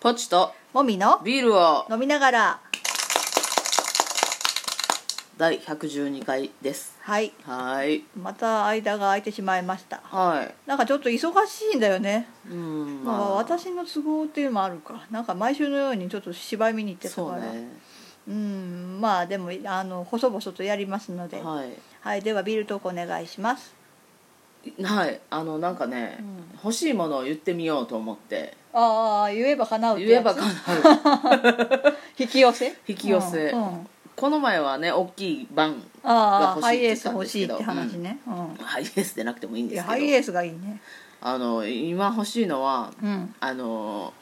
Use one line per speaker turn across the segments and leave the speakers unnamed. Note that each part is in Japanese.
ポチと
もみの
ビールを
飲みながら
第112回です
はい
はーい
また間が空いてしまいました
はい
なんかちょっと忙しいんだよね
うん
まあ私の都合っていうのもあるかなんか毎週のようにちょっと芝居見に行ってた
そう
から
ね
うんまあでもあの細々とやりますのでは、
はい
ではビールトークお願いします
いはいあのなんかね、
うん
欲しいものを言ってみようと思って
ああ言えば叶うって
言え
やつ
ばかな う
引き寄せ
引き寄せ
うんうん
この前はね大きいバン
ああ
が
ハ
欲
イ
しい
エ
って言
ー
っ
ス
たん
欲
です
しい
け
って
ど
話ね、うん
ハイエースでなくてもいいん
い
で
や
すけ
ハ
ど
イエースがいいね
あの今欲しいのは
うん
あの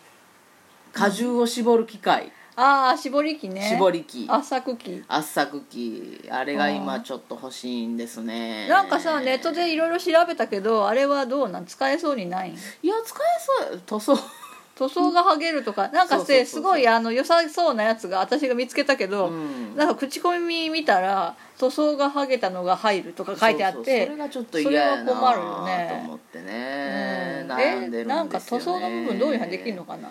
果汁を絞る機械、
ああ絞り器ね
絞り機
圧搾機
圧搾機あれが
あ
今
ー
ちょっと欲しいんですね
なんかさネットでいろいろ調べたけどあれはどうなん使えそうにないん
いや使えそう塗装
塗装が剥げるとかなん
そうそ
か
うそ
せ
うそう
すごいあの良さそうなやつが私が見つけたけど、
うん
なんか口コミ見たら塗装が剥げたのが入るとか書いてあって
そうそうそれがちょっと嫌やな
それは困るよね
と思って
うん
ね、悩んでるんですよ、ね、
なんか塗装の部分どういうふうにできるのかな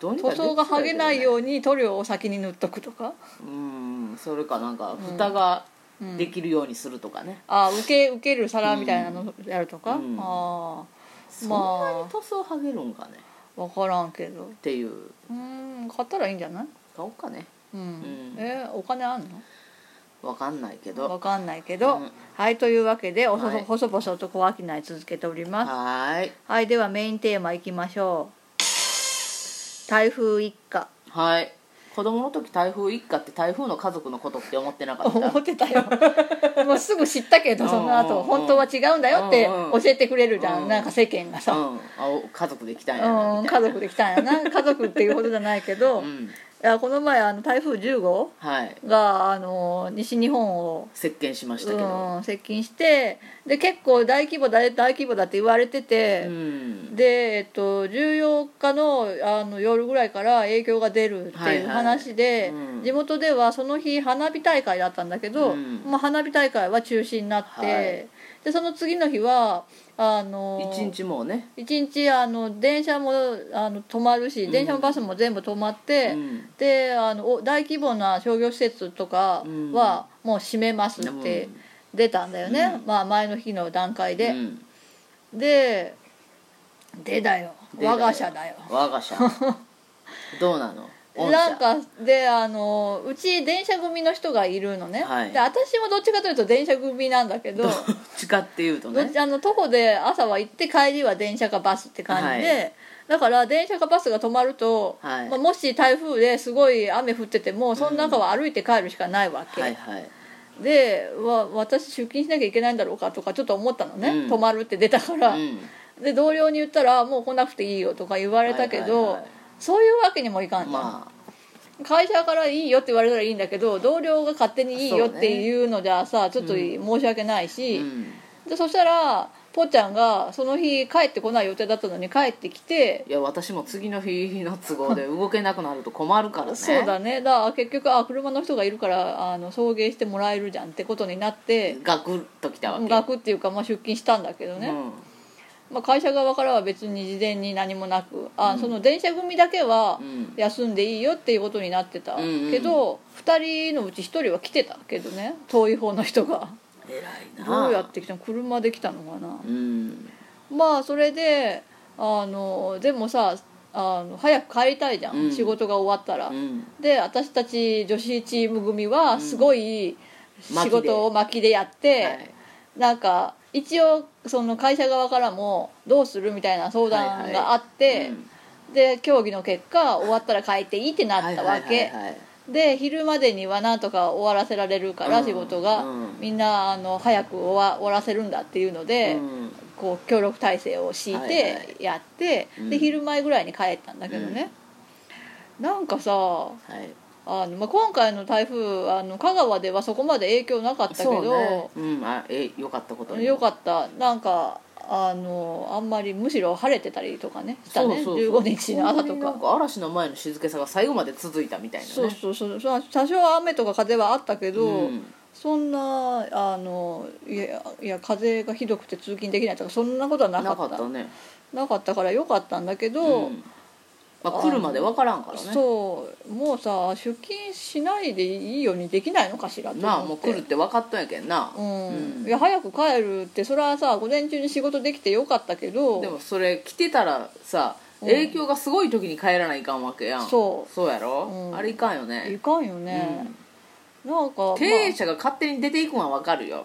どうにか
塗
でき
装が剥げないよ
う
うに塗料を先に塗っとくとか
うんそれかなんか蓋が
うん
できるようにするとかね、
あ受け受ける皿みたいなのやるとか、
うん
あ
そんなに塗装剥げるんかね
あ分からんけど
っていう
うん買ったらいいんじゃない、
買おうかね
うん
ん
えーお金あんの
わかんないけ
わ
ど
かんないけど、
うん
はいというわけでおそそ、
はい
細々と小商い続けておりますは
はーい
い、ではメインテーマいきましょう台風一過
はい子供の時台風一家って台風の家族のことって 思ってなかっ
思
た
ってたよ もうすぐ知ったけどそ
う
の
んうん
後
うん
本当は違うんだよって
うんう
教
ん
えてくれるじゃん、
うん
なんか世間が
う
さ、
ん、あお家族で来たん
う
やなんみた
家
いな
族できたん やな家族っていうほどじゃないけど、
う
い
ん
やこの前あの台風10号
はい
があの西日本を
接見しましたけど
うん、接近してで結構大規模だ大規模だって言われてて、
うん
で、えっと、14日のあの夜ぐらいから影響が出るって
はい
い
は
う
い
話で、
うん
地元ではその日花火大会だったんだけど、
うん
まあ、花火大会は中止になって、
はい
でその次の日はあの
一日もうね
一日あの電車もあの止まるし電車もバスも全部止まって、
うん
であのお大規模な商業施設とかはもう閉めますって出たんだよね、まあ、前の日の段階で。
うん
ででだよ
でだよ
我が社だよ
我が 社どうなの御社
なんかであのうち電車組の人がいるのね、
はい
で私もどっちかというと電車組なんだけど
どっちかっていうと
どっ
ね
ちあの徒歩で朝は行って帰りは電車かバスって感じで、
は
だから電車かバスが止まると、
はい
まあもし台風ですごい雨降っててもその中は歩いて帰るしかないわけ、
はいはい
でわ私出勤しなきゃいけないんだろうかとかちょっと思ったのね、
うん
止まるって出たから、
うん
で同僚に言ったら「もう来なくていいよ」とか言われたけど、
はいはいはい
そういうわけにもいかんじゃん、
まあ
会社から「いいよ」って言われたらいいんだけど同僚が勝手に「いいよ」っていうのじゃさ、ちょっと申し訳ないうし、
ん
でそしたらぽっちゃんがその日帰ってこない予定だったのに帰ってきて、
いや私も次の日の都合 で動けなくなると困るからね
そうだねだから結局あ車の人がいるからあの送迎してもらえるじゃんってことになって
ガクッときたわけ
学っていうか、まあ、出勤したんだけどね、
うん
まあ、会社側からは別に事前に何もなくあ、
うん
その電車組だけは
うん
休んでいいよっていうことになってた、
うんうん
けど2人のうち1人は来てたけどね遠い方の人が
偉いな
どうやって来たの車で来たのかな
うん
まあそれであのでもさあの早く帰りたいじゃん、
うん
仕事が終わったら、
うん
で私たち女子チーム組はすごい仕事を巻きでやって、
はい
なんか一応その会社側からもどうするみたいな相談があって、
はいはいうん
で協議の結果終わったら帰っていいってなったわ
はいはい
け、
はいはい
で昼までにはなんとか終わらせられるから、
うん
仕事が、
うん
みんなあの早く終わ終わらせるんだっていうので、
うん
こう協力体制を敷い
はいは
てやって、
うん
で昼前ぐらいに帰ったんだけどね、なんかさ
はい
あの、まあ、今回の台風あの香川ではそこまで影響なかったけど、
そうねうんあえよかったこと
よか
っ
ったなんかあのあんまりむしろ晴れてたりとかねしたね15日の朝とか
なんか嵐の前の静けさが最後まで続いたみたいなね
そうそうそうそう多少は雨とか風はあったけど、
うん
そんなあのいやいや風がひどくて通勤できないとかそんなことはなか
な
った
か
な
ったね
かったからよかったんだけど、
うんまあ、来るまで分からんからね
そうもうさ出勤しないでいいようにできないのかしらと
なあ
思
も
っ
う来
て
るって分かったんやけんな、
うん
うん
いや早く帰るってそれはさ午前中に仕事できてよかったけど
でもそれ来てたらさ
うん
影響がすごい時に帰らないかんわけやん
そう
やろ、
うん
あれいかんよ
い
ね
かんよね、なんか、まあ
経営者が勝手に出ていくんは分かるよ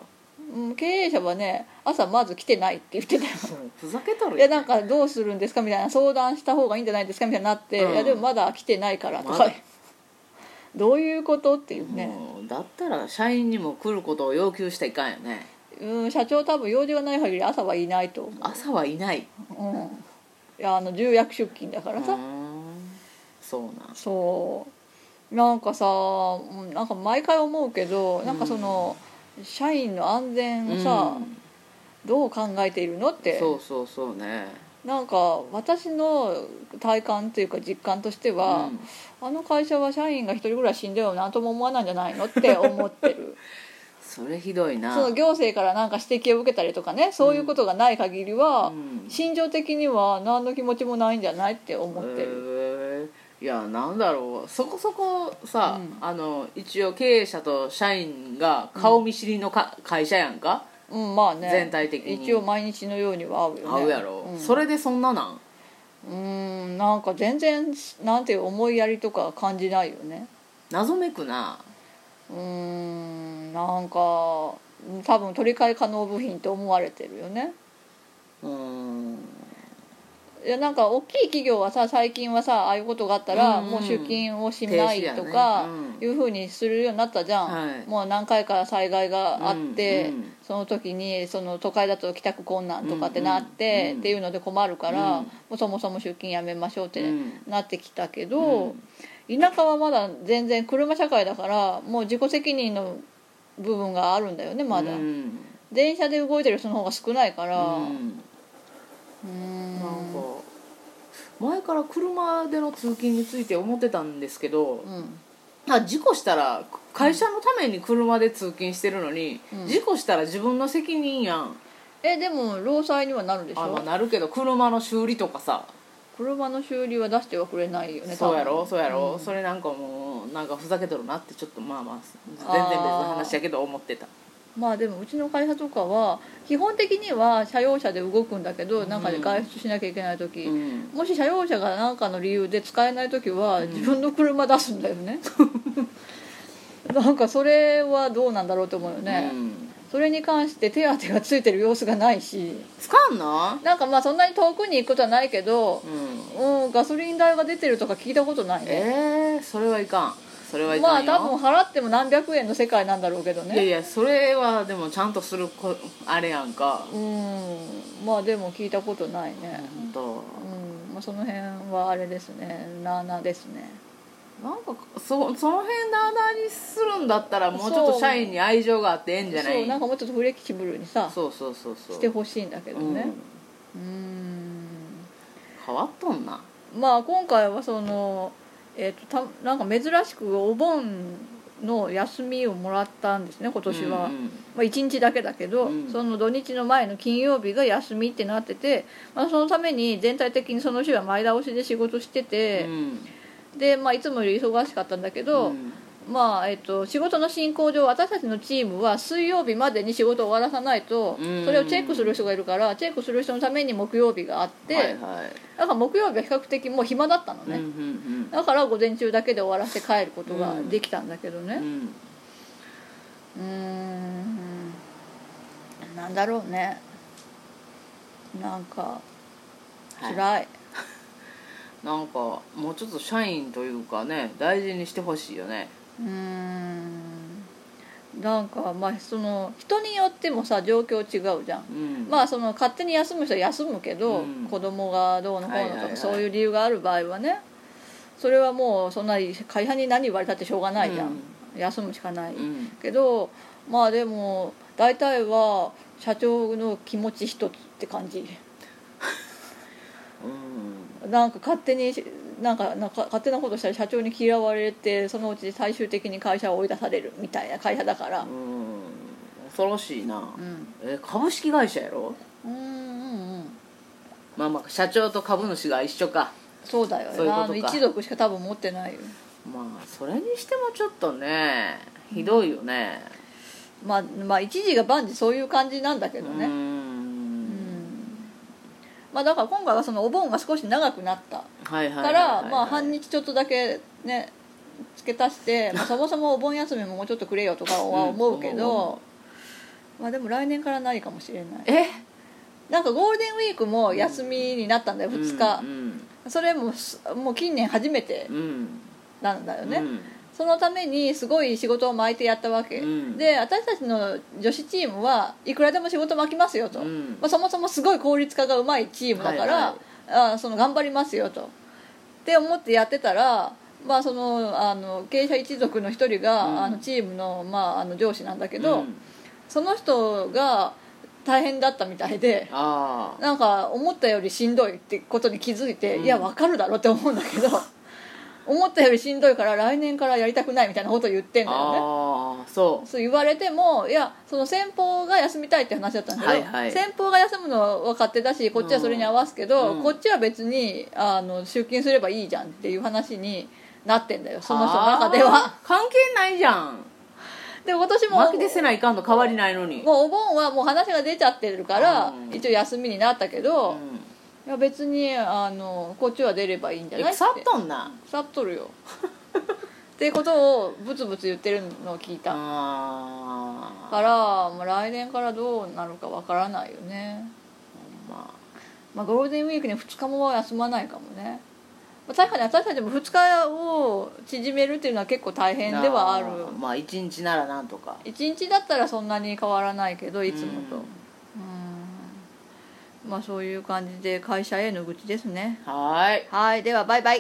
うん経営者はね朝まず来てないって言ってたよ
ふざけとるよ
いやなんかどうするんですかみたいな相談した方がいいんじゃないですかみたいになって、
うん
いやでもまだ来てないからと
ま
か、
だ
どういうことっていうね、
もうだったら社員にも来ることを要求していかんよね
うん、社長多分用事がない限り朝はいないと思、
朝はいないう
うん、いやあの重役出勤だからさ、
うーんそうなん
そうなんかさうんなんか毎回思うけどなんかその、社員の安全をさ、
うん
どう考えているのって
そうそうそうね
なんか私の体感というか実感としては、
うん
あの会社は社員が一人ぐらい死んでも何とも思わないんじゃないのって思ってる
それひどいな
その行政からなんか指摘を受けたりとかねそういうことがない限りは、
うん
心情的には何の気持ちもないんじゃないって思ってる、
へえいやなんだろうそこそこさ、
うん
あの一応経営者と社員が顔見知りのか、会社やんか
うんまあね
全体的に
一応毎日のようには会うよね
合うやろ、
うん、
それでそんななん
うんなんか全然なんていう思いやりとか感じないよね
謎めくな
うんなんか多分取り替え可能部品と思われてるよね
うーん
いやなんか大きい企業はさ最近はさああいうことがあったら、
うんうん
もう出勤をしないと
停
か、
止やねうん
いうふうにするようになったじゃん、
はい
もう何回か災害があって、
うんうん
その時にその都会だと帰宅困難とかってなって、
うんうんうん
っていうので困るから、
うん
もうそもそも出勤やめましょうって
うん
なってきたけど、田舎はまだ全然車社会だからもう自己責任の部分があるんだよねまだ、
うん
電車で動いてる人の方が少ないから、
うん
うん
なんか前から車での通勤について思ってたんですけど、
うん
あ事故したら会社のために車で通勤してるのに、
うん
事故したら自分の責任やん
えでも労災にはなるでし
あまあ
ょ
なるけど車の修理とかさ、
車の修理は出してはくれないよね
そうやろ
多分
そうやろ、
うん
それなんかもうなんかふざけとるなってちょっとまあまあ全
あー
然別の話やけど思ってた
まあでもうちの会社とかは基本的には車用車で動くんだけどなんかで外出しなきゃいけない時、
うん
もし車用車が何かの理由で使えない時は自分の車出すんだよ ね、なんかそれはどうなんだろうと思うよね、
うん
それに関して手当がついてる様子がないし
使うな
なんかまあそんなに遠くに行くことはないけど
う、ん
うん、ガソリン代が出てるとか聞いたことないね
えー、それはいかんそれはい
ま
か
あ
んよ、
多分払っても何百円の世界なんだろうけど
いやい
ね
やそれはでもちゃんとするこあれやんか
うんまあでも聞いたことないね
本当
うん、まあ、その辺はあれですねなあなあですね
なんかそその辺なあなあにするんだったらもうちょっ
そ
と
う
社員に愛情があってええんじゃない
そうなんかもうちょっとフレキシブルにさ
そうそうそうそう
してほしいんだけどね
うん
うん
変わっとんな
まあ今回はそのえっ、とたなんか珍しくお盆の休みをもらったんですね今年は、
うんうん
まあ、1日だけだけど、
うん
その土日の前の金曜日が休みってなってて、まあ、そのために全体的にその週は前倒しで仕事してて、で、まあ、いつもより忙しかったんだけど、
うん
まあえっと、仕事の進行上私たちのチームは水曜日までに仕事を終わらさないと、
うん
それをチェックする人がいるからチェックする人のために木曜日があって、
はいはい
だから木曜日は比較的もう暇だったのね、
うんうん
だから午前中だけで終わらせて帰ることができたんだけどね、
うんうん
うーんなんだろうねなんか
はい
辛い、
なんかもうちょっと社員というかね大事にしてほしいよね
うーんなんかまあその人によってもさ状況違うじゃん
うん
まあその勝手に休む人は休むけど、
うん
子供がどうのこうのとか、
はいはいはい
そういう理由がある場合はねそれはもうそんなに会社に何言われたってしょうがないじゃん、休むしかない、
うん
けどまあでも大体は社長の気持ち一つって感じ
うん
なんか勝手になんかなんか勝手なことしたら社長に嫌われてそのうち最終的に会社を追い出されるみたいな会社だから
うん恐ろしいな
うん
え株式会社やろ
うんうんうん
まあまあ社長と株主が一緒か
そうだよ
そういうことか
なあの一族しか多分持ってないよ
まあそれにしてもちょっとねひどいよね
まあまあ一時が万事そういう感じなんだけ
う
ど
ー
ね、うんまあ、だから今回はそのお盆が少し長くなった
はいはいは
か
いはい
らまあ半日ちょっとだけね付け足 して、まあ、そもそもお盆休みももうちょっとくれよとかは思うけど、まあでも来年からないかもしれない
え
なんかゴールデンウィークも休みになったんだよ2日
う、ん
それもすもう近年初めて
うんうん
なんだよね、
うん
そのためにすごい仕事を巻いてやったわけ、
うん
で私たちの女子チームはいくらでも仕事巻きますよと、
うん
まあ、そもそもすごい効率化がうまいチームだから、
は
あその頑張りますよとって思ってやってたら、まあ、そのあの経営者一族の一人が、
うん
あのチームの,、まあ、あの上司なんだけ
け
ど、その人が大変だったみたいで。
ああ
なんか思ったよりしんどいってことに気づいて、
うん
いやわかるだろって思うん だけど思ったよりしんどいから来年からやりたくないみたいなこと言ってんだよね
ああそ
そう言われてもいやその先方が休みたいって話だったんだけど、
はいはい
先方が休むのは勝手だしこっちはそれに合わすけど、
うん
こっちは別にあの出勤すればいいじゃんっていう話になってんだよ
う
その人の中では
あー関係ないじゃん
で今年も
巻き出せないかんの変わりないのに
もうお盆はもう話が出ちゃってるから、
うん
一応休みになったけど、
うん
いや別にあのこっちは出ればいいんじゃ
え
ない
腐っとんな
腐っとるよっていうことをブツブツ言ってるのを聞いたか
ああ
ら、まあ、来年からどうなるかわからないよね、
ま
まあ、ゴールデンウィークに2日も休まないかもね、まあ、確かに私たちも2日を縮めるっていうのは結構大
あ
変ではある
ーまあ一日ならなんとか
1日だったらそんなに変わらないけどいつもと
う
う
ん
んまあそういう感じで会社への愚痴ですね
はーい
はいではバイバイ